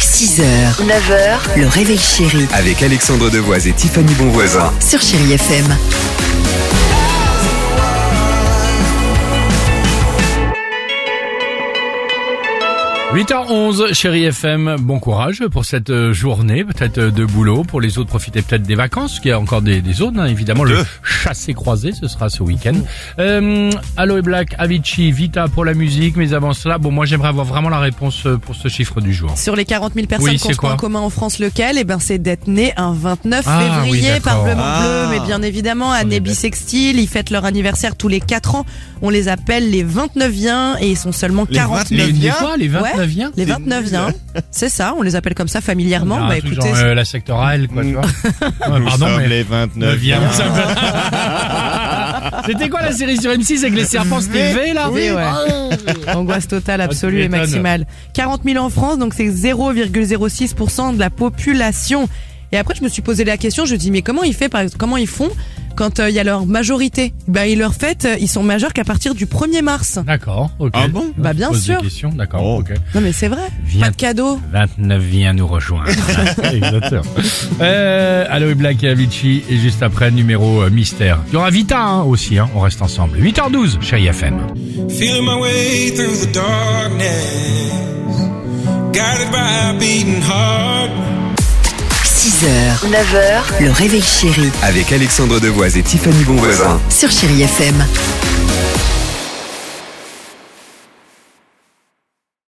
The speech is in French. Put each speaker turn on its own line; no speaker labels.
6h, 9h, le réveil chéri
Avec Alexandre Devoise et Tiffany Bonvoisin.
sur Chéri FM.
Wow. 8h11, chérie FM, bon courage pour cette euh, journée, peut-être euh, de boulot. Pour les autres, profitez peut-être des vacances, qu'il y a encore des, des zones, hein, évidemment. Le chassé-croisé, ce sera ce week-end. Euh, Aloe Black, Avicii, Vita pour la musique, mais avant cela, bon, moi j'aimerais avoir vraiment la réponse euh, pour ce chiffre du jour.
Sur les 40 000 personnes
Oui,
qu'on
c'est
trouve en
quoi
commun en France, lequel Eh ben, c'est d'être né un 29
Ah, oui,
février,
d'accord.
parlement
Ah.
bleu. Mais bien évidemment,
est
année
bête.
bissextile, ils fêtent leur anniversaire tous les 4 ans. On les appelle les 29iens et ils sont seulement
Les
40
Les,
000.
29iens
les quoi, les 29 iens
Les
C'est
29iens, c'est ça, on les appelle comme ça familièrement.
Un
bah
truc
écoutez,
genre,
c'est-
euh, la sectorale, quoi, tu vois. Ouais,
Mm. Nous
pardon,
sommes
mais...
les 29
neuvième. C'était quoi la série sur M6 avec les serpents C'était V, là
Oui, ouais. Angoisse totale, absolue et
m'étonnes.
maximale. 40 000 en France, donc c'est 0,06% de la population. Et après, je me suis posé la question, je me dis, mais comment ils, fait, par exemple, comment ils font quand euh, il y a leur majorité Bah, ils leur fêtent, euh, ils sont majeurs qu'à partir du 1er mars.
D'accord, ok.
Ah bon
Bah, bien
Je pose des
sûr.
questions, d'accord,
Oh.
ok.
Non, mais c'est vrai.
Viens-
Pas de cadeau.
29 vient nous rejoindre. Exactement. Euh, Aloe Black et Avicii, et juste après, numéro euh, mystère. Il y aura Vita hein, aussi, hein, on reste ensemble. 8h12, chérie FM.
Feeling my way through the darkness. Guided by a beating heart.
6h, 9h, le réveil chéri
Avec Alexandre Devoise et Tiffany Bonvoisin.
sur Chéri FM.